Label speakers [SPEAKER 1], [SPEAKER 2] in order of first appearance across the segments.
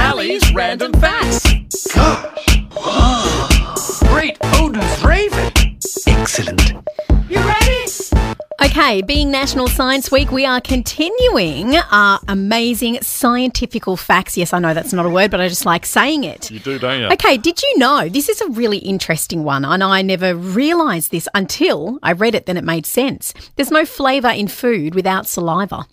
[SPEAKER 1] Sally's random facts.
[SPEAKER 2] Gosh! Great Odin's Raven! Excellent.
[SPEAKER 1] You ready?
[SPEAKER 3] Okay, being National Science Week, we are continuing our amazing scientifical facts. Yes, I know that's not a word, but I just like saying it.
[SPEAKER 4] You do, don't you?
[SPEAKER 3] Okay, did you know this is a really interesting one? And I never realised this until I read it, then it made sense. There's no flavour in food without saliva.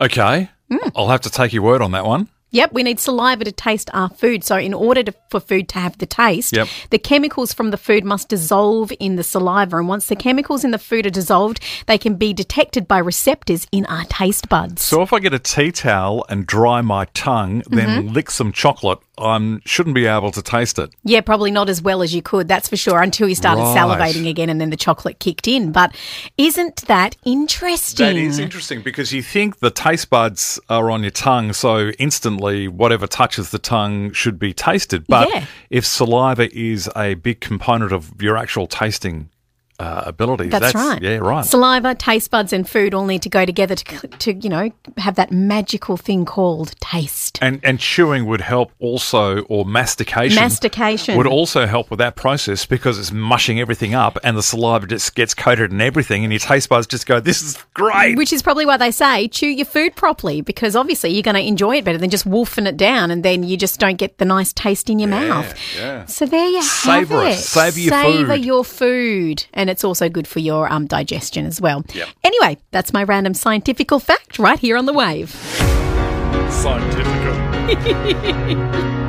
[SPEAKER 4] Okay. Eh?
[SPEAKER 3] Mm.
[SPEAKER 4] I'll have to take your word on that one.
[SPEAKER 3] Yep, we need saliva to taste our food. So, in order to, for food to have the taste,
[SPEAKER 4] Yep.
[SPEAKER 3] the chemicals from the food must dissolve in the saliva. And once the chemicals in the food are dissolved, they can be detected by receptors in our taste buds.
[SPEAKER 4] So if I get a tea towel and dry my tongue,
[SPEAKER 3] Mm-hmm.
[SPEAKER 4] then lick some chocolate, I shouldn't be able to taste it.
[SPEAKER 3] Yeah, probably not as well as you could, that's for sure, until you started
[SPEAKER 4] Right.
[SPEAKER 3] salivating again and then the chocolate kicked in. But isn't that interesting?
[SPEAKER 4] That is interesting because you think the taste buds are on your tongue, so instantly whatever touches the tongue should be tasted. But
[SPEAKER 3] Yeah.
[SPEAKER 4] if saliva is a big component of your actual tasting uh, abilities,
[SPEAKER 3] That's, right.
[SPEAKER 4] Yeah, right.
[SPEAKER 3] Saliva, taste buds, and food all need to go together to, to you know, have that magical thing called taste.
[SPEAKER 4] and and chewing would help also, or mastication.
[SPEAKER 3] Mastication.
[SPEAKER 4] would also help with that process because it's mushing everything up, and the saliva just gets coated in everything, and your taste buds just go, "This is great."
[SPEAKER 3] Which is probably why they say chew your food properly because obviously you're going to enjoy it better than just wolfing it down and then you just don't get the nice taste in your mouth. So there you
[SPEAKER 4] Savour
[SPEAKER 3] have
[SPEAKER 4] it.
[SPEAKER 3] it.
[SPEAKER 4] Savour your
[SPEAKER 3] Savour
[SPEAKER 4] food.
[SPEAKER 3] your food. And it's also good for your um, digestion as well.
[SPEAKER 4] Yep.
[SPEAKER 3] Anyway, that's my random scientifical fact right here on the wave.
[SPEAKER 4] Scientific.